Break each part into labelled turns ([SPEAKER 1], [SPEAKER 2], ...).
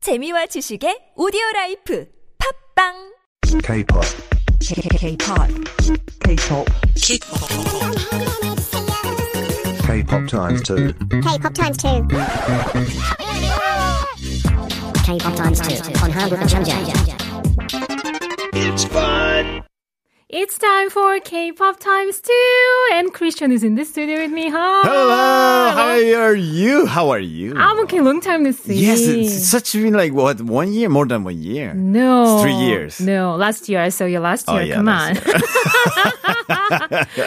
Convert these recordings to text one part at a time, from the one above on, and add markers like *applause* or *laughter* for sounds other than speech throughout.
[SPEAKER 1] 재미와 지식의 오디오 라이프 팝빵
[SPEAKER 2] K-pop,
[SPEAKER 3] K-pop. K-pop.
[SPEAKER 2] K-pop times two.
[SPEAKER 4] K-pop times two. K-pop times two on Hangul Chanja.
[SPEAKER 5] It's time for K-pop times two, and Christian is in the studio with me. Hi.
[SPEAKER 6] Hello, how are you? How are you?
[SPEAKER 5] I'm okay. Long time to see.
[SPEAKER 6] yes, it's such been like what one year, more than one year.
[SPEAKER 5] no,
[SPEAKER 6] It's three years.
[SPEAKER 5] No, last year I saw you. Last
[SPEAKER 6] Oh,
[SPEAKER 5] year,
[SPEAKER 6] yeah,
[SPEAKER 5] come on.
[SPEAKER 6] last
[SPEAKER 5] *laughs*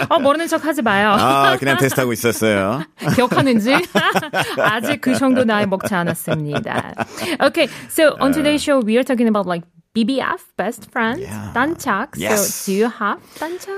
[SPEAKER 5] 어 모르는 척하지 마요.
[SPEAKER 6] 아, 그냥 테스트하고 있었어요.
[SPEAKER 5] *laughs* 기억하는지 *laughs* 아직 그 정도 나이 먹지 않았습니다. Okay, so on today's show we are talking about like BBF, best friends,
[SPEAKER 6] Yeah.
[SPEAKER 5] 단짝.
[SPEAKER 6] Yes.
[SPEAKER 5] So do you have 단짝?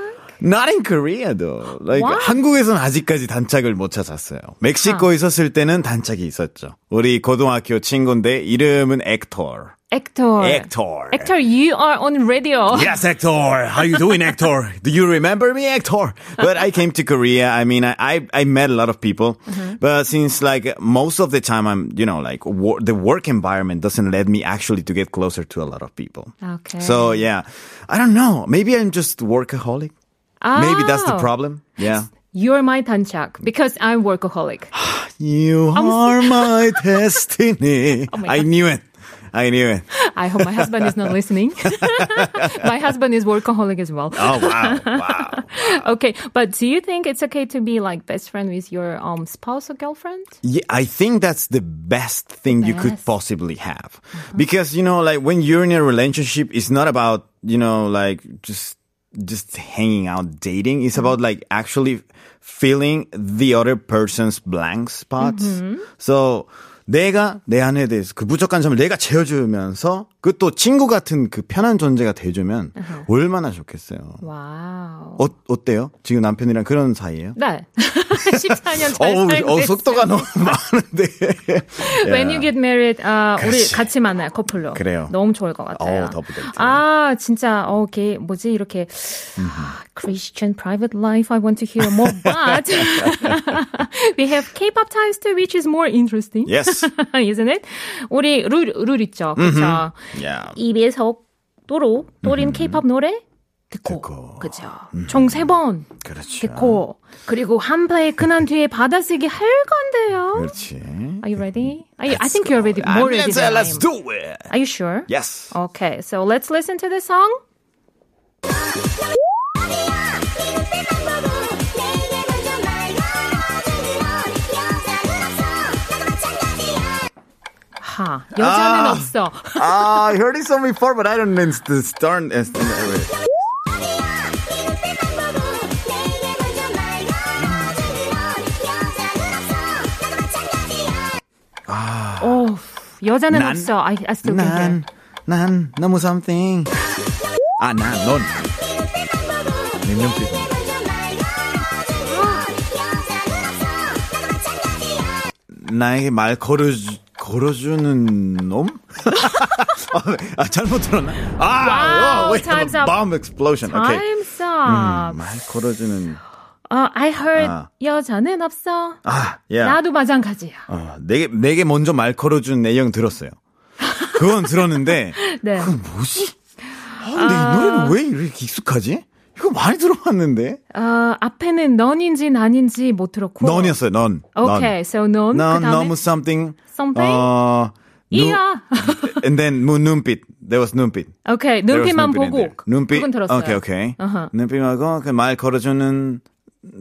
[SPEAKER 6] Not in Korea though. Like
[SPEAKER 5] What? 아.
[SPEAKER 6] 한국에선 아직까지 단짝을 못 찾았어요. 멕시코에 있었을 때는 단짝이 있었죠. 우리 고등학교 친구인데 이름은 액터.
[SPEAKER 5] Actor.
[SPEAKER 6] 액터.
[SPEAKER 5] Actor, you are on radio.
[SPEAKER 6] Yes, Hector. How you doing, Hector? Do you remember me, Hector? But I came to Korea. I mean, I I, I met a lot of people,
[SPEAKER 5] Mm-hmm.
[SPEAKER 6] but since like most of the time, I'm you know like wor- the work environment doesn't let me actually to get closer to a lot of people.
[SPEAKER 5] Okay.
[SPEAKER 6] So yeah, I don't know. Maybe I'm just workaholic. Maybe that's the
[SPEAKER 5] Oh.
[SPEAKER 6] problem. Yeah.
[SPEAKER 5] You're my 단짝 because I'm workaholic.
[SPEAKER 6] You
[SPEAKER 5] *laughs*
[SPEAKER 6] are my destiny.
[SPEAKER 5] Oh
[SPEAKER 6] I
[SPEAKER 5] my God.
[SPEAKER 6] knew it. I knew it.
[SPEAKER 5] I hope my husband is not listening. *laughs* my husband is workaholic as well.
[SPEAKER 6] Oh wow! Wow.
[SPEAKER 5] Okay, but do you think it's okay to be like best friend with your um spouse or girlfriend?
[SPEAKER 6] Yeah, I think that's the best thing you could
[SPEAKER 5] Best. Uh-huh.
[SPEAKER 6] possibly have. Because, you know, like when you're in a relationship, it's not about, you know, like just, just hanging out dating. It's about like actually filling the other person's blank spots.
[SPEAKER 5] Mm-hmm.
[SPEAKER 6] So, 내가 내 안에 대해서 그 부족한 점을 내가 채워주면서 그 또 친구 같은 그 편한 존재가 돼주면
[SPEAKER 5] Uh-huh.
[SPEAKER 6] 얼마나 좋겠어요.
[SPEAKER 5] Wow.
[SPEAKER 6] 어, 어때요? 지금 남편이랑 그런 사이예요?
[SPEAKER 5] 네.
[SPEAKER 6] *laughs*
[SPEAKER 5] *laughs* 14년 잘
[SPEAKER 6] 어우,
[SPEAKER 5] 살고
[SPEAKER 6] 어,
[SPEAKER 5] 있어요.
[SPEAKER 6] 속도가 너무
[SPEAKER 5] *laughs*
[SPEAKER 6] 많은데.
[SPEAKER 5] When you get married, 아, 우리
[SPEAKER 6] 그렇지.
[SPEAKER 5] 같이 만나요, 커플로.
[SPEAKER 6] 그래요.
[SPEAKER 5] 너무 좋을 것 같아요.
[SPEAKER 6] 어우, 더블 데이트.
[SPEAKER 5] 아, 진짜, 어, 걔, 뭐지, 이렇게. 아, Christian private life, I want to hear more, but *laughs* we have K-pop times too, which is more interesting.
[SPEAKER 6] Yes.
[SPEAKER 5] *laughs* isn't it? 우리 룰, 룰 있죠. 그쵸.
[SPEAKER 6] Yeah.
[SPEAKER 5] 입에서 또로 또린 케이팝 노래 듣고.
[SPEAKER 6] 듣고.
[SPEAKER 5] 그쵸. 총 세 번
[SPEAKER 6] 그렇죠.
[SPEAKER 5] 듣고. 그리고 한 브레이크 난 뒤에 받아쓰기 할 건데요.
[SPEAKER 6] 그렇지.
[SPEAKER 5] Are you ready? Are you, I think you're ready. More
[SPEAKER 6] I'm-
[SPEAKER 5] ready
[SPEAKER 6] let's,
[SPEAKER 5] than I
[SPEAKER 6] let's
[SPEAKER 5] am.
[SPEAKER 6] do it.
[SPEAKER 5] Are you sure?
[SPEAKER 6] Yes.
[SPEAKER 5] Okay, so let's listen to the song. 하, 여자는
[SPEAKER 6] 아.
[SPEAKER 5] 없어.
[SPEAKER 6] I heard it so before, but I don't know the start. and- wait.
[SPEAKER 5] 오, 여자는
[SPEAKER 6] 난-
[SPEAKER 5] 없어. I, I still can't get it.
[SPEAKER 6] 난, 난 너무 something. 아, 난, 넌. 냉면피고. 나에게 말 걸어주, 걸어주는 놈? *laughs* 아, 잘못 들었나? 아,
[SPEAKER 5] Wow,
[SPEAKER 6] wait,
[SPEAKER 5] time's up.
[SPEAKER 6] bomb explosion. Okay. 음.
[SPEAKER 5] Time's up.
[SPEAKER 6] 말 걸어주는.
[SPEAKER 5] 어, I heard
[SPEAKER 6] 아.
[SPEAKER 5] 여자는 없어.
[SPEAKER 6] 아, yeah.
[SPEAKER 5] 나도 마찬가지야.
[SPEAKER 6] 어, 내게, 내게 먼저 말 걸어준 내용 들었어요. 그건 들었는데,
[SPEAKER 5] *laughs* 네.
[SPEAKER 6] 그건 뭐지? 아, 근데 이 노래는 왜 이렇게 익숙하지? 이거 많이 들어봤는데?
[SPEAKER 5] 어, 앞에는 넌인지 난인지 못 들었고.
[SPEAKER 6] 넌이었어요, 넌.
[SPEAKER 5] Okay, so
[SPEAKER 6] 넌. 넌,
[SPEAKER 5] 넌. 뭐. 그다음에
[SPEAKER 6] 너무 something.
[SPEAKER 5] something?
[SPEAKER 6] 어, 눈-
[SPEAKER 5] 이야.
[SPEAKER 6] and then 무- 눈빛. There was 눈빛.
[SPEAKER 5] *laughs* Okay,
[SPEAKER 6] There was
[SPEAKER 5] 눈빛만
[SPEAKER 6] 눈빛 in
[SPEAKER 5] 보고.
[SPEAKER 6] there. 눈빛.
[SPEAKER 5] 그건 들었어요.
[SPEAKER 6] 오케이, 오케이.
[SPEAKER 5] 어허.
[SPEAKER 6] 눈빛하고 그 말 걸어주는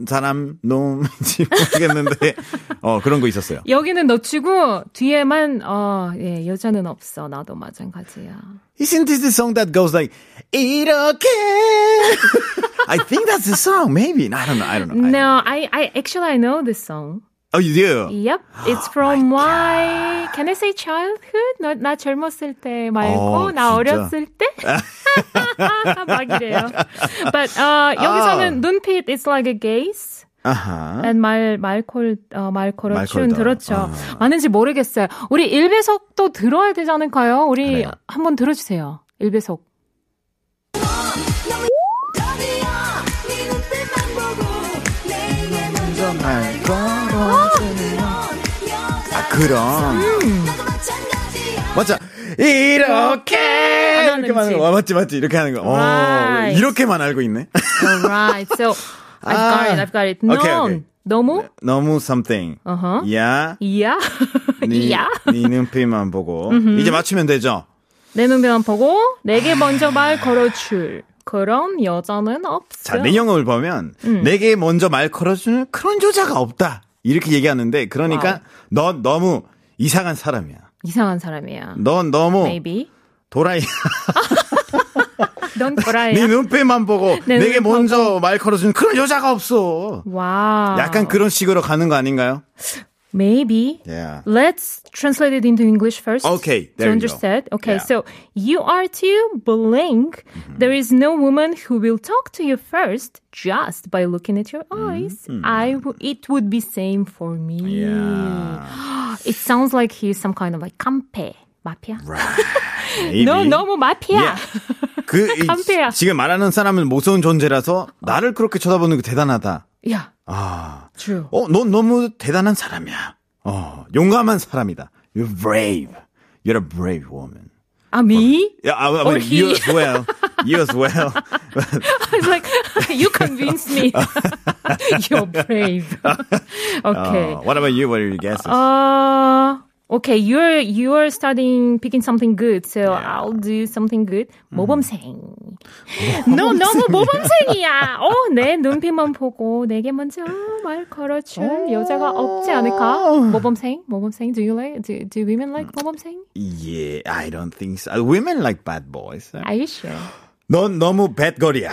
[SPEAKER 6] 사람, 놈인지 *laughs* 모르겠는데, 어, 그런 거 있었어요.
[SPEAKER 5] 여기는 넣치고 뒤에만 어, 예, 여자는 없어. 나도 마찬가지야.
[SPEAKER 6] Isn't this the song that goes like 이렇게?
[SPEAKER 5] *laughs*
[SPEAKER 6] I think that's the song, maybe. I don't know. I don't know. I-
[SPEAKER 5] No, I I actually I know this song.
[SPEAKER 6] Oh, you do.
[SPEAKER 5] Yep, it's
[SPEAKER 6] Oh
[SPEAKER 5] from my, can I say childhood? 나, 나 젊었을 때 말고
[SPEAKER 6] 어,
[SPEAKER 5] 나
[SPEAKER 6] 진짜?
[SPEAKER 5] 어렸을 때? *laughs* 막 이래요. But uh,
[SPEAKER 6] 아.
[SPEAKER 5] 여기서는 눈빛 is like a gaze.
[SPEAKER 6] 아하.
[SPEAKER 5] and 말, 말콜, 어, 말콜을
[SPEAKER 6] 말콜
[SPEAKER 5] 춘
[SPEAKER 6] 더.
[SPEAKER 5] 들었죠.
[SPEAKER 6] 아.
[SPEAKER 5] 아는지 모르겠어요. 우리 일배속도 들어야 되지 않을까요? 우리
[SPEAKER 6] 그래요.
[SPEAKER 5] 한번 들어주세요. 일배속.
[SPEAKER 6] 말 걸어주는. 아, 그럼. 맞아. 이렇게
[SPEAKER 5] 안
[SPEAKER 6] 이렇게만 하는
[SPEAKER 5] 하는지.
[SPEAKER 6] 거 아, 맞지 맞지 이렇게 하는 거 어,
[SPEAKER 5] Right.
[SPEAKER 6] 이렇게만 알고 있네 *laughs*
[SPEAKER 5] All right. So I've got
[SPEAKER 6] Ah.
[SPEAKER 5] it. I've got it. No.
[SPEAKER 6] Okay, okay. 네.
[SPEAKER 5] 너무?
[SPEAKER 6] 너무 something
[SPEAKER 5] 어허.
[SPEAKER 6] 야
[SPEAKER 5] 이야?
[SPEAKER 6] 니,
[SPEAKER 5] *laughs* 이야?
[SPEAKER 6] 니 눈빛만 보고 이제 맞추면 되죠
[SPEAKER 5] 내 눈만 보고 내게 먼저 말 걸어줄. 그럼 여자는 없어.
[SPEAKER 6] 자, 내 영업을 보면
[SPEAKER 5] 음.
[SPEAKER 6] 내게 먼저 말 걸어주는 그런 여자가 없다 이렇게 얘기하는데 그러니까
[SPEAKER 5] 와우.
[SPEAKER 6] 넌 너무 이상한 사람이야
[SPEAKER 5] 이상한 사람이야.
[SPEAKER 6] 넌 너무
[SPEAKER 5] Maybe. *laughs*
[SPEAKER 6] 도라이야
[SPEAKER 5] 넌 거라야.
[SPEAKER 6] *laughs* 네 눈빛만 보고
[SPEAKER 5] 내
[SPEAKER 6] 내게
[SPEAKER 5] 눈빛만
[SPEAKER 6] 먼저 말 걸어주는 그런 여자가 없어
[SPEAKER 5] 와.
[SPEAKER 6] 약간 그런 식으로 가는 거 아닌가요?
[SPEAKER 5] Maybe.
[SPEAKER 6] Yeah.
[SPEAKER 5] Let's translate it into English first.
[SPEAKER 6] Okay,
[SPEAKER 5] to
[SPEAKER 6] there you go.
[SPEAKER 5] understand. Okay,
[SPEAKER 6] Yeah. Mm-hmm.
[SPEAKER 5] so you are to blink. There is no woman who will talk to you first just by looking at your
[SPEAKER 6] Mm-hmm.
[SPEAKER 5] eyes. I w- it would be same for me. *gasps* It sounds like he's some kind of like campe mafia.
[SPEAKER 6] Maybe.
[SPEAKER 5] No, 너무 마피아.
[SPEAKER 6] Yeah.
[SPEAKER 5] *laughs*
[SPEAKER 6] 그 이-
[SPEAKER 5] 깜패야.
[SPEAKER 6] 지금 말하는 사람은 무서운 존재라서 나를 그렇게 쳐다보는 게 대단하다.
[SPEAKER 5] yeah.
[SPEAKER 6] 아,
[SPEAKER 5] True.
[SPEAKER 6] 어, 넌 너무 대단한 사람이야. 어, 용감한 사람이다. You're brave. You're a brave woman.
[SPEAKER 5] Ah,
[SPEAKER 6] *laughs*
[SPEAKER 5] me?
[SPEAKER 6] Yeah, I, I
[SPEAKER 5] Or
[SPEAKER 6] mean, you
[SPEAKER 5] Oh, he.
[SPEAKER 6] as well. You as well.
[SPEAKER 5] I was like, *laughs* you
[SPEAKER 6] *laughs*
[SPEAKER 5] convinced me. *laughs* You're brave. *laughs* *laughs* okay.
[SPEAKER 6] Uh, what about you? What are your guesses?
[SPEAKER 5] Uh, okay, you're you're starting picking something good, so I'll do something good. 모범생.
[SPEAKER 6] 음.
[SPEAKER 5] no, 너무 모범생이야. 어, 내 눈빛만 보고 내게 먼저 말 걸어줄 여자가 없지 않을까? 모범생, 모범생. Do you like? Do, do women like 모범생?
[SPEAKER 6] 음. yeah, I don't think so. Women like bad boys.
[SPEAKER 5] Are you sure?
[SPEAKER 6] 넌 너무 배거리야.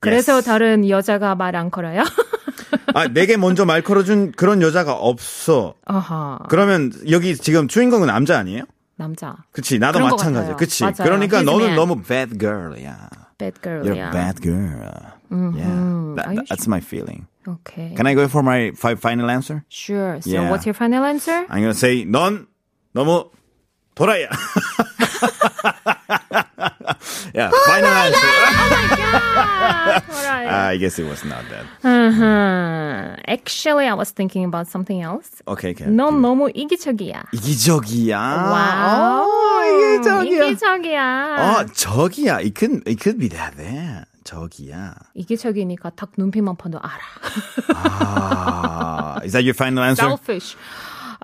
[SPEAKER 6] Yeah.
[SPEAKER 5] 그래서 다른 여자가 말 안 걸어요? *laughs*
[SPEAKER 6] 아, 내게 먼저 말 걸어준 그런 여자가 없어.
[SPEAKER 5] 어허,
[SPEAKER 6] 그러면 여기 지금 주인공은 남자 아니에요?
[SPEAKER 5] 남자.
[SPEAKER 6] 그치 나도
[SPEAKER 5] 그런 것
[SPEAKER 6] 마찬가지야
[SPEAKER 5] 같아요.
[SPEAKER 6] 그치
[SPEAKER 5] 맞아요.
[SPEAKER 6] 그러니까
[SPEAKER 5] He's a
[SPEAKER 6] 너는
[SPEAKER 5] man.
[SPEAKER 6] 너무 bad girl이야
[SPEAKER 5] Bad girl.
[SPEAKER 6] you're
[SPEAKER 5] yeah.
[SPEAKER 6] a bad girl yeah
[SPEAKER 5] Are you
[SPEAKER 6] that, that's my feeling
[SPEAKER 5] Okay.
[SPEAKER 6] can I go for my fi- final answer
[SPEAKER 5] Sure. So
[SPEAKER 6] Yeah.
[SPEAKER 5] what's your final answer?
[SPEAKER 6] I'm gonna say 넌 너무 돌아야 *laughs* yeah
[SPEAKER 5] Oh
[SPEAKER 6] final answer
[SPEAKER 5] Alright.
[SPEAKER 6] I guess it was not that
[SPEAKER 5] Uh-huh. Actually, I was thinking about something else.
[SPEAKER 6] okay okay
[SPEAKER 5] 넌 너무 이기적이야.
[SPEAKER 6] 이기적이야 어,
[SPEAKER 5] 와우.
[SPEAKER 6] 아, 이기적이야
[SPEAKER 5] 이기적이야.
[SPEAKER 6] 어 저기야 it could it could be that yeah 저기야
[SPEAKER 5] 이기적이니까 딱 눈빛만 봐도 알아.
[SPEAKER 6] 아 Ah, is that your final answer
[SPEAKER 5] Selfish.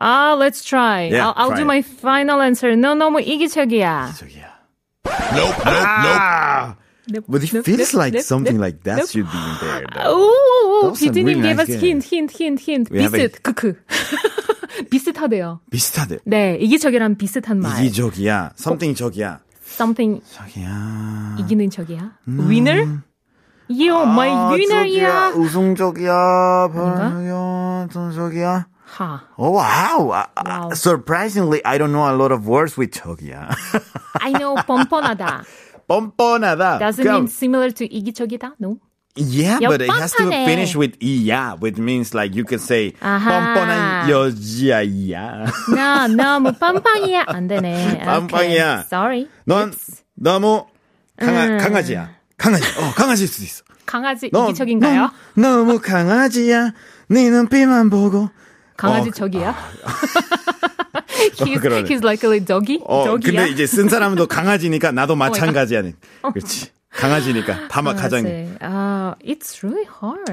[SPEAKER 5] Ah, let's try.
[SPEAKER 6] Yeah,
[SPEAKER 5] I'll, I'll
[SPEAKER 6] try
[SPEAKER 5] do
[SPEAKER 6] it.
[SPEAKER 5] my final answer. 넌 너무 이기적이야.
[SPEAKER 6] 저기야 아! Ah! But it feels like something like that
[SPEAKER 5] nope.
[SPEAKER 6] should be in there. *gasps* though. That
[SPEAKER 5] 네, 오,
[SPEAKER 6] was a really
[SPEAKER 5] 비디님 gave
[SPEAKER 6] nice
[SPEAKER 5] us
[SPEAKER 6] game.
[SPEAKER 5] hint, hint, hint, hint.
[SPEAKER 6] We have a-
[SPEAKER 5] 비슷, 크크. *laughs* 비슷하대요.
[SPEAKER 6] 비슷하대.
[SPEAKER 5] 네, 이기적이랑 비슷한 말.
[SPEAKER 6] 이기적이야. something 적이야.
[SPEAKER 5] Something
[SPEAKER 6] 저기야.
[SPEAKER 5] 이기는 적이야.
[SPEAKER 6] 음.
[SPEAKER 5] Winner? You are my
[SPEAKER 6] 아, Ah,
[SPEAKER 5] winner야.
[SPEAKER 6] 우승적이야. 별로야. 저기야.
[SPEAKER 5] 하.
[SPEAKER 6] Oh wow. I- I-
[SPEAKER 5] Wow.
[SPEAKER 6] Surprisingly, I don't know a lot of words with *laughs* 저기야.
[SPEAKER 5] I know 뻔뻔하다.
[SPEAKER 6] 뻔뻔하다.
[SPEAKER 5] Doesn't
[SPEAKER 6] 아, 그럼-
[SPEAKER 5] mean similar to 이기적이다. No.
[SPEAKER 6] Yeah, but it has to
[SPEAKER 5] 뻔뻔하네.
[SPEAKER 6] finish with 이야, which means like you could say
[SPEAKER 5] 아하.
[SPEAKER 6] 뻔뻔한 여자야.
[SPEAKER 5] 나 너무 뻔뻔이야. 안 되네.
[SPEAKER 6] *laughs*
[SPEAKER 5] Okay.
[SPEAKER 6] 뻔뻔이야.
[SPEAKER 5] Sorry.
[SPEAKER 6] 넌
[SPEAKER 5] Oops. 음.
[SPEAKER 6] 너무 강아, 강아지야. 강아지. 어, 강아지일 수도
[SPEAKER 5] *laughs*
[SPEAKER 6] 있어.
[SPEAKER 5] 강아지
[SPEAKER 6] 넌-
[SPEAKER 5] 이기적인가요?
[SPEAKER 6] 넌 너무 강아지야. 네 눈빛만 보고.
[SPEAKER 5] 강아지
[SPEAKER 6] 어,
[SPEAKER 5] 적이야. *laughs* he's,
[SPEAKER 6] 그러네.
[SPEAKER 5] he's like a doggy.
[SPEAKER 6] 어,
[SPEAKER 5] dog이야.
[SPEAKER 6] 근데 이제 쓴
[SPEAKER 5] *laughs*
[SPEAKER 6] 사람도 강아지니까 나도 마찬가지야. 그렇지. 강아지니까 다마 가장이.
[SPEAKER 5] 어. 맞아요. 아, it's really hard.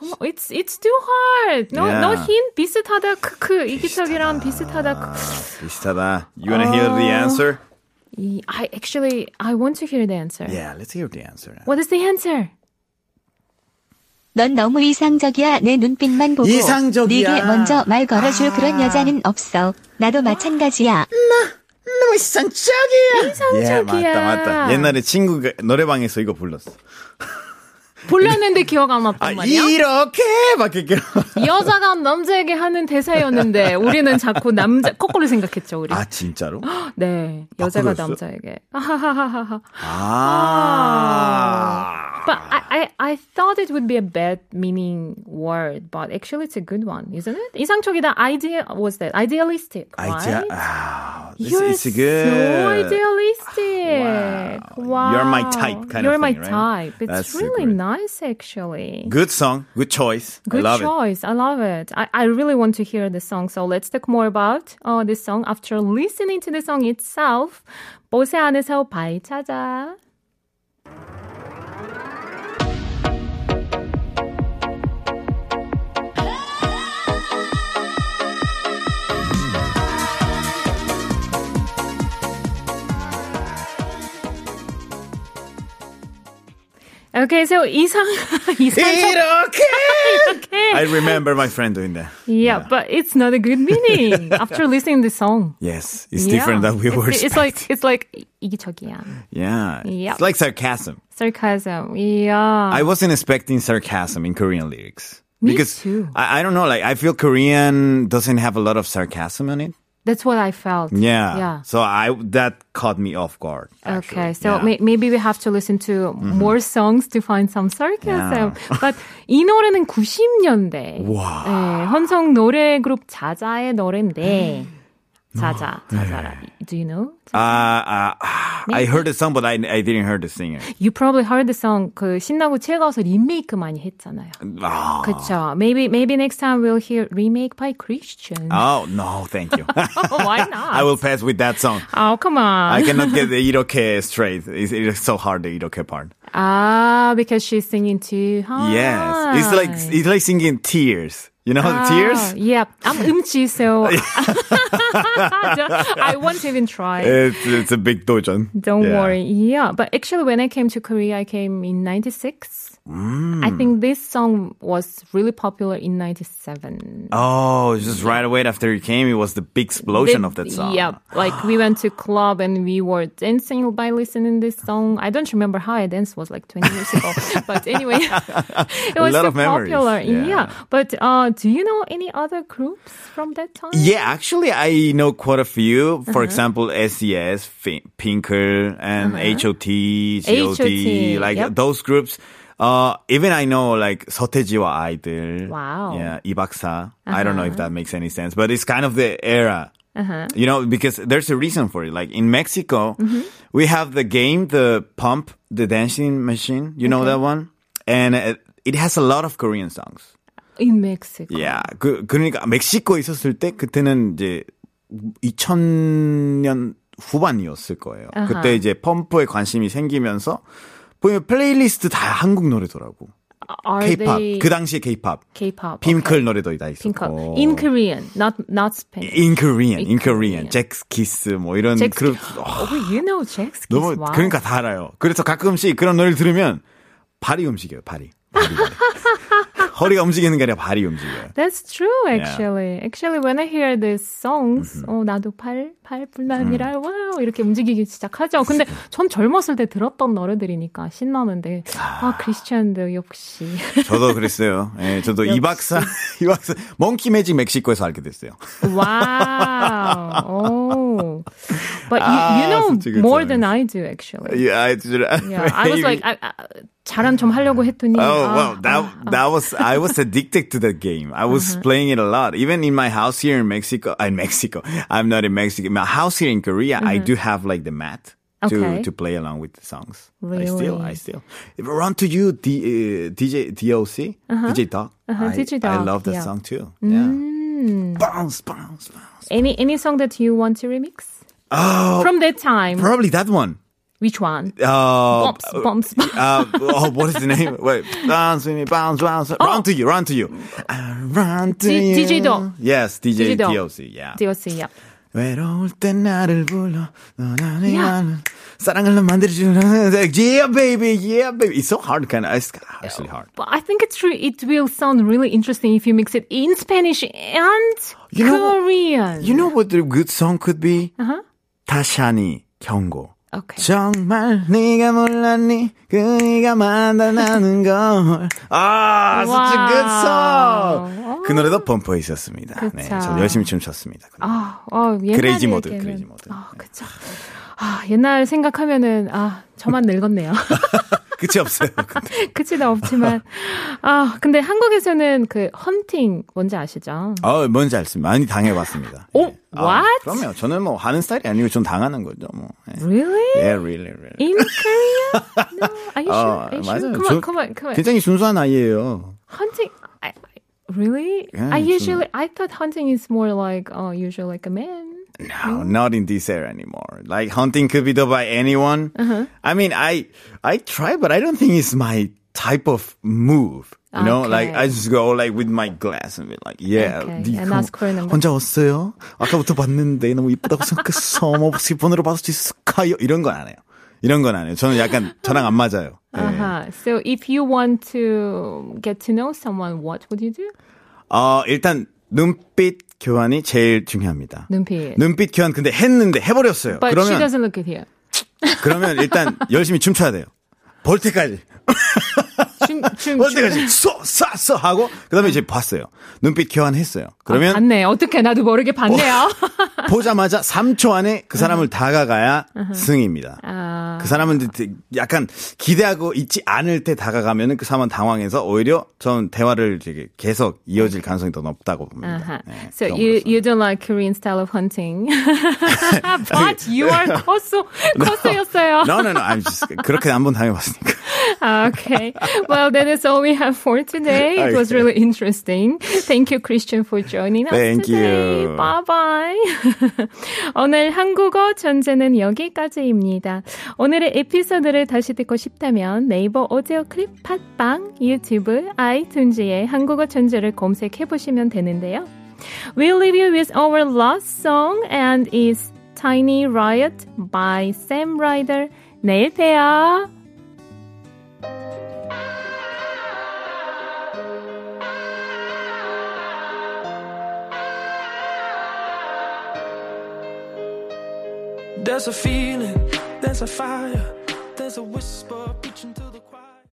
[SPEAKER 5] Come on, it's it's too hard. No,
[SPEAKER 6] Yeah.
[SPEAKER 5] no hint. 비슷하다. 크크. 이기적이랑 비슷하다. 크크.
[SPEAKER 6] 비슷하다. You wanna hear
[SPEAKER 5] 어.
[SPEAKER 6] the answer?
[SPEAKER 5] 이- I actually I want to hear the answer.
[SPEAKER 6] Yeah, let's hear the answer.
[SPEAKER 5] 네. What is the answer?
[SPEAKER 7] 넌 너무 이상적이야. 내 눈빛만 보고.
[SPEAKER 6] 이상적이야.
[SPEAKER 7] 네게 먼저 말 걸어줄 그런 여자는 없어. 나도 마찬가지야.
[SPEAKER 6] 너무 이상적이야.
[SPEAKER 5] 이상적이야.
[SPEAKER 6] 맞다, 맞다. 옛날에 친구가 그 노래방에서 이거 불렀어.
[SPEAKER 5] 불렀는데 기억 안 났단
[SPEAKER 6] 아,
[SPEAKER 5] 말이야.
[SPEAKER 6] 이렇게 막 이렇게. *laughs*
[SPEAKER 5] 여자가 남자에게 하는 대사였는데 우리는 자꾸 남자 거꾸로 생각했죠 우리.
[SPEAKER 6] 아,
[SPEAKER 5] *gasps*
[SPEAKER 6] 진짜로?
[SPEAKER 5] 네, 여자가
[SPEAKER 6] 바꾸었어요?
[SPEAKER 5] 남자에게. 아하하하하.
[SPEAKER 6] 아.
[SPEAKER 5] But I, I I thought it would be a bad meaning word, but actually it's a good one, isn't it? 이상적이다 idea was that idealistic, right?
[SPEAKER 6] 아이디어 아, It's,
[SPEAKER 5] You're
[SPEAKER 6] it's
[SPEAKER 5] so
[SPEAKER 6] good.
[SPEAKER 5] idealistic. Wow.
[SPEAKER 6] Wow. You're my type kind of
[SPEAKER 5] You're my
[SPEAKER 6] thing, right?
[SPEAKER 5] type. It's
[SPEAKER 6] That's
[SPEAKER 5] really
[SPEAKER 6] great.
[SPEAKER 5] nice, actually.
[SPEAKER 6] Good song. Good choice.
[SPEAKER 5] Good
[SPEAKER 6] I love it.
[SPEAKER 5] choice. I love it. I, I really want to hear this song. So let's talk more about uh, this song after listening to the song itself. 보세 안에서 발 찾아. Okay, so 이상 *laughs* 이상
[SPEAKER 6] 이렇게.
[SPEAKER 5] *laughs* okay.
[SPEAKER 6] I remember my friend doing that.
[SPEAKER 5] Yeah, but it's not a
[SPEAKER 6] *laughs*
[SPEAKER 5] good meaning after listening the song.
[SPEAKER 6] Yes, it's
[SPEAKER 5] Yeah.
[SPEAKER 6] different than we
[SPEAKER 5] it's,
[SPEAKER 6] were.
[SPEAKER 5] It's
[SPEAKER 6] expect-
[SPEAKER 5] like it's like 이게 저기야.
[SPEAKER 6] *laughs* yeah,
[SPEAKER 5] Yep.
[SPEAKER 6] it's like sarcasm.
[SPEAKER 5] sarcasm. Yeah.
[SPEAKER 6] I wasn't expecting sarcasm in Korean lyrics
[SPEAKER 5] Uh-huh. Me
[SPEAKER 6] because
[SPEAKER 5] too.
[SPEAKER 6] I, I don't know. Like I feel Korean doesn't have a lot of sarcasm in it.
[SPEAKER 5] That's what I felt.
[SPEAKER 6] Yeah.
[SPEAKER 5] Yeah.
[SPEAKER 6] So I that caught me off guard.
[SPEAKER 5] Okay,
[SPEAKER 6] actually. Yeah.
[SPEAKER 5] so
[SPEAKER 6] Mm-hmm.
[SPEAKER 5] may, maybe we have to listen to more songs to find some sarcasm. But 이 노래는 90년대
[SPEAKER 6] 와.
[SPEAKER 5] 네, 헌성 노래 그룹 자자의
[SPEAKER 6] *gasps*
[SPEAKER 5] 노래인데 자자
[SPEAKER 6] 네.
[SPEAKER 5] 자자라. Do you know?
[SPEAKER 6] uh, uh, I heard the song, but I, I didn't hear the singer.
[SPEAKER 5] You probably heard the song. 그 신나고 즐거워서 리메이크 많이 했잖아요.
[SPEAKER 6] Oh,
[SPEAKER 5] 그쵸. Maybe maybe next time we'll hear remake by Christian.
[SPEAKER 6] oh no, thank you.
[SPEAKER 5] *laughs* Why not?
[SPEAKER 6] *laughs* I will pass with that song.
[SPEAKER 5] Oh come
[SPEAKER 6] I
[SPEAKER 5] *laughs* on.
[SPEAKER 6] cannot get the iroke straight. It's, it's so hard the iroke part.
[SPEAKER 5] ah, because she's singing too Ah. high.
[SPEAKER 6] Yes, it's like
[SPEAKER 5] Ah.
[SPEAKER 6] it's like singing tears. You know tears.
[SPEAKER 5] Yeah, Ah, I'm
[SPEAKER 6] *laughs*
[SPEAKER 5] umchi, so *laughs* I won't even try.
[SPEAKER 6] It's it's a big dojon.
[SPEAKER 5] Don't
[SPEAKER 6] Eh, Yeah.
[SPEAKER 5] worry. Yeah, but actually, when I came to Korea, I came in '96.
[SPEAKER 6] Mm.
[SPEAKER 5] I think this song was really popular in '97.
[SPEAKER 6] Oh, it's just right away after you came, it was the big explosion of that song.
[SPEAKER 5] Yeah, like we went to club and we were dancing by listening this song. I don't remember how I danced was like 20 years
[SPEAKER 6] *laughs*
[SPEAKER 5] ago, but anyway, it was
[SPEAKER 6] lot
[SPEAKER 5] so
[SPEAKER 6] of memories,
[SPEAKER 5] popular.
[SPEAKER 6] yeah.
[SPEAKER 5] but uh, do you know any other groups from that time?
[SPEAKER 6] Yeah, actually, I know quite a few.
[SPEAKER 5] Uh-huh.
[SPEAKER 6] For example, SES, Fi- Pinker, and
[SPEAKER 5] Uh-huh.
[SPEAKER 6] HOT,
[SPEAKER 5] HOT,
[SPEAKER 6] GOT, like
[SPEAKER 5] yep.
[SPEAKER 6] those groups. Uh, even I know like 서태지와 아이들.
[SPEAKER 5] Wow. Uh-huh.
[SPEAKER 6] Yeah, 이박사. I don't know if that makes any sense, but it's kind of the era. You know, because there's a reason for it. Like in Mexico,
[SPEAKER 5] Mm-hmm.
[SPEAKER 6] we have the game, the pump, the dancing machine. You know that one? And uh, it has a lot of Korean songs.
[SPEAKER 5] in Mexico.
[SPEAKER 6] 야, 그 그러니까 멕시코에 있었을 때 그때는 이제 2000년 후반이었을 거예요. 그때 이제 펌프에 관심이 생기면서 보면 플레이리스트 다 한국 노래더라고.
[SPEAKER 5] Are
[SPEAKER 6] K-pop.
[SPEAKER 5] they
[SPEAKER 6] 그 당시에 K-pop.
[SPEAKER 5] K-pop?
[SPEAKER 6] 핑클 노래도 다
[SPEAKER 5] okay. Pink-
[SPEAKER 6] 있었고.
[SPEAKER 5] in Korean, not not Spanish.
[SPEAKER 6] in Korean, in
[SPEAKER 5] In Korean.
[SPEAKER 6] Korean, 잭스키스 뭐 이런
[SPEAKER 5] Jack's-
[SPEAKER 6] 그룹 어,
[SPEAKER 5] oh, you know Jack's Kiss.
[SPEAKER 6] 너무
[SPEAKER 5] wow.
[SPEAKER 6] 그러니까 다 알아요. 그래서 가끔씩 그런 노래를 들으면 발이 움직여요. 발이. 발이, *laughs* 발이. 허리가 움직이는 게 아니라 발이 움직여요.
[SPEAKER 5] That's true,
[SPEAKER 6] Yeah. Mm-hmm.
[SPEAKER 5] actually. Actually, when I hear these songs, 어, 나도 팔, 팔 불남이라,
[SPEAKER 6] 음.
[SPEAKER 5] 와우, 이렇게 움직이기
[SPEAKER 6] *laughs*
[SPEAKER 5] 시작하죠. 근데 전 젊었을 때 들었던 노래들이니까 신나는데, 아,
[SPEAKER 6] *laughs*
[SPEAKER 5] 크리스찬도 역시.
[SPEAKER 6] 저도 그랬어요. 예, 저도
[SPEAKER 5] 역시.
[SPEAKER 6] 이박사, *laughs* 이박사, 몽키 매직 멕시코에서 알게 됐어요.
[SPEAKER 5] wow. Oh. But you, you
[SPEAKER 6] 아,
[SPEAKER 5] know
[SPEAKER 6] 솔직히
[SPEAKER 5] more
[SPEAKER 6] 그렇죠.
[SPEAKER 5] than I do,
[SPEAKER 6] *laughs*
[SPEAKER 5] actually.
[SPEAKER 6] Yeah, I,
[SPEAKER 5] Yeah, I was like, uh, I, I, 자랑 좀 하려고 했더니.
[SPEAKER 6] *laughs* oh
[SPEAKER 5] 아,
[SPEAKER 6] well, that
[SPEAKER 5] 아,
[SPEAKER 6] that was I was addicted to that game. I was
[SPEAKER 5] Uh-huh.
[SPEAKER 6] playing it a lot, even in my house here in Mexico. In Mexico, I'm not in Mexico. My house here in Korea, I do have like the mat. To,
[SPEAKER 5] Uh-huh. Okay.
[SPEAKER 6] to play along with the songs. I
[SPEAKER 5] Really?
[SPEAKER 6] still, I still. If I run to you, D, uh, DJ, DOC, DJ Doc.
[SPEAKER 5] Uh-huh,
[SPEAKER 6] I,
[SPEAKER 5] DJ
[SPEAKER 6] I
[SPEAKER 5] Doc,
[SPEAKER 6] love that
[SPEAKER 5] yeah. Mm.
[SPEAKER 6] song too. Yeah. Bounce, bounce, bounce.
[SPEAKER 5] any, any song that you want to remix? Oh. From that time.
[SPEAKER 6] Probably that one.
[SPEAKER 5] Which one?
[SPEAKER 6] Uh,
[SPEAKER 5] Bumps, bumps,
[SPEAKER 6] *laughs*
[SPEAKER 5] bumps.
[SPEAKER 6] uh, oh, what is the name? Wait, bounce with me, bounce, bounce, run to you, run to you, I Oh. Uh, run to
[SPEAKER 5] D-
[SPEAKER 6] you.
[SPEAKER 5] DJ Dog.
[SPEAKER 6] Yes, DJ
[SPEAKER 5] DJ Dog.
[SPEAKER 6] DOC. Yeah.
[SPEAKER 5] DOC, yeah.
[SPEAKER 6] 외로울 땐 나를 불러. 너나는
[SPEAKER 5] Yeah.
[SPEAKER 6] 나는 사랑을 만들어주는. like, Yeah, baby, yeah, baby. It's so hard, kind of. It's actually hard.
[SPEAKER 5] But I think it's re- it will sound really interesting if you mix it in Spanish and
[SPEAKER 6] You know-
[SPEAKER 5] Korean.
[SPEAKER 6] You know what a good song could be? Uh-huh. 다샤니 경고.
[SPEAKER 5] okay.
[SPEAKER 6] 정말 네가 몰랐니 그 네가 만나는 걸. 아, such a good song. 그 노래도 범퍼에 있었습니다. 네,
[SPEAKER 5] 어. 그쵸.
[SPEAKER 6] 저 열심히 춤췄습니다.
[SPEAKER 5] 아, 어, 옛날
[SPEAKER 6] 그레이지 모드,
[SPEAKER 5] 얘기는-
[SPEAKER 6] 그레이지 모드.
[SPEAKER 5] 아, 그쵸. 아, 옛날 생각하면은 아, 저만 늙었네요. *laughs*
[SPEAKER 6] 끝이 없어요. 근데.
[SPEAKER 5] 그치는 없지만 아 근데 한국에서는 그 헌팅 뭔지 아시죠?
[SPEAKER 6] 아, 뭔지 알습니다. 많이 당해봤습니다.
[SPEAKER 5] 오,
[SPEAKER 6] 예. 아,
[SPEAKER 5] what? 음.
[SPEAKER 6] 그럼요. 저는 뭐 하는 스타일이 아니고 전 당하는 거죠. 뭐. 예.
[SPEAKER 5] Really?
[SPEAKER 6] Yeah, really, really.
[SPEAKER 5] In Korea? No. Are you sure? Are you sure?
[SPEAKER 6] 맞아요.
[SPEAKER 5] Come
[SPEAKER 6] 저
[SPEAKER 5] on, come on, come on.
[SPEAKER 6] 굉장히 순수한 아이예요.
[SPEAKER 5] Hunting. I, I, really?
[SPEAKER 6] Yeah,
[SPEAKER 5] I
[SPEAKER 6] it's
[SPEAKER 5] usually I thought hunting is more like uh usually like a man.
[SPEAKER 6] No, not in this era anymore. Like hunting could be done by anyone.
[SPEAKER 5] Uh-huh.
[SPEAKER 6] I mean, I I try, but I don't think it's my type of move. You know, like
[SPEAKER 5] Okay.
[SPEAKER 6] I just go like with my glass and be like, yeah,
[SPEAKER 5] Okay, 아,
[SPEAKER 6] 니가 그
[SPEAKER 5] and ask for a number.
[SPEAKER 6] 혼자 왔어요? 아까부터 봤는데 너무 이쁘다고 생각했어. 뭐 혹시 번호로 받을 수 있을까요? 이런 건 안 해요. 이런 건 안 해요. 저는 약간 저랑 안 맞아요. 예.
[SPEAKER 5] Uh-huh. So if you want to get to know someone, what would you do?
[SPEAKER 6] 어, 일단 눈빛 교환이 제일 중요합니다.
[SPEAKER 5] 눈빛.
[SPEAKER 6] 눈빛 교환 근데 했는데 해버렸어요.
[SPEAKER 5] But she
[SPEAKER 6] 그러면
[SPEAKER 5] doesn't look at you.
[SPEAKER 6] 그러면 일단 열심히 춤춰야 돼요. 벌 때까지. *laughs*
[SPEAKER 5] 춤, 춤,
[SPEAKER 6] 벌 때까지 쏘, 쏴, 쏴 하고 그다음에 이제 봤어요. 눈빛 교환했어요.
[SPEAKER 5] 아,
[SPEAKER 6] 그러면 뭐?
[SPEAKER 5] 봤네. 어떻게 나도 모르게 봤네요. *laughs*
[SPEAKER 6] 보자마자 3초 안에 그 사람을 다가가야 승입니다.
[SPEAKER 5] 음. 아,
[SPEAKER 6] 그 사람은 이제 약간 기대하고 있지 않을 때 다가가면 그 사람은 당황해서 오히려 전 대화를 이제 계속 이어질 가능성이 더 높다고 봅니다.
[SPEAKER 5] Uh-huh.
[SPEAKER 6] 예,
[SPEAKER 5] So
[SPEAKER 6] 그런
[SPEAKER 5] you
[SPEAKER 6] 거라서. *laughs*
[SPEAKER 5] you don't like Korean style of hunting, *laughs* but you are
[SPEAKER 6] *laughs*
[SPEAKER 5] coso coso였어요.
[SPEAKER 6] 네. No, no, no. I'm just, 그렇게 한번 당해봤으니까.
[SPEAKER 5] *laughs* Okay. Well, that is all we have for today. It was
[SPEAKER 6] Okay.
[SPEAKER 5] really interesting. Thank you, Christian, for joining us
[SPEAKER 6] Thank
[SPEAKER 5] today.
[SPEAKER 6] you.
[SPEAKER 5] Bye bye. *laughs* 오늘 한국어 전제는 여기까지입니다. 오늘의 에피소드를 다시 듣고 싶다면 네이버 오디오 클립 팟빵, 유튜브, 아이튠즈에 한국어 전제를 검색해 보시면 되는데요. We'll leave you with our last song and it's Tiny Riot by Sam Ryder. 내일 봬요.
[SPEAKER 8] There's a feeling, there's a fire, there's a whisper preaching to the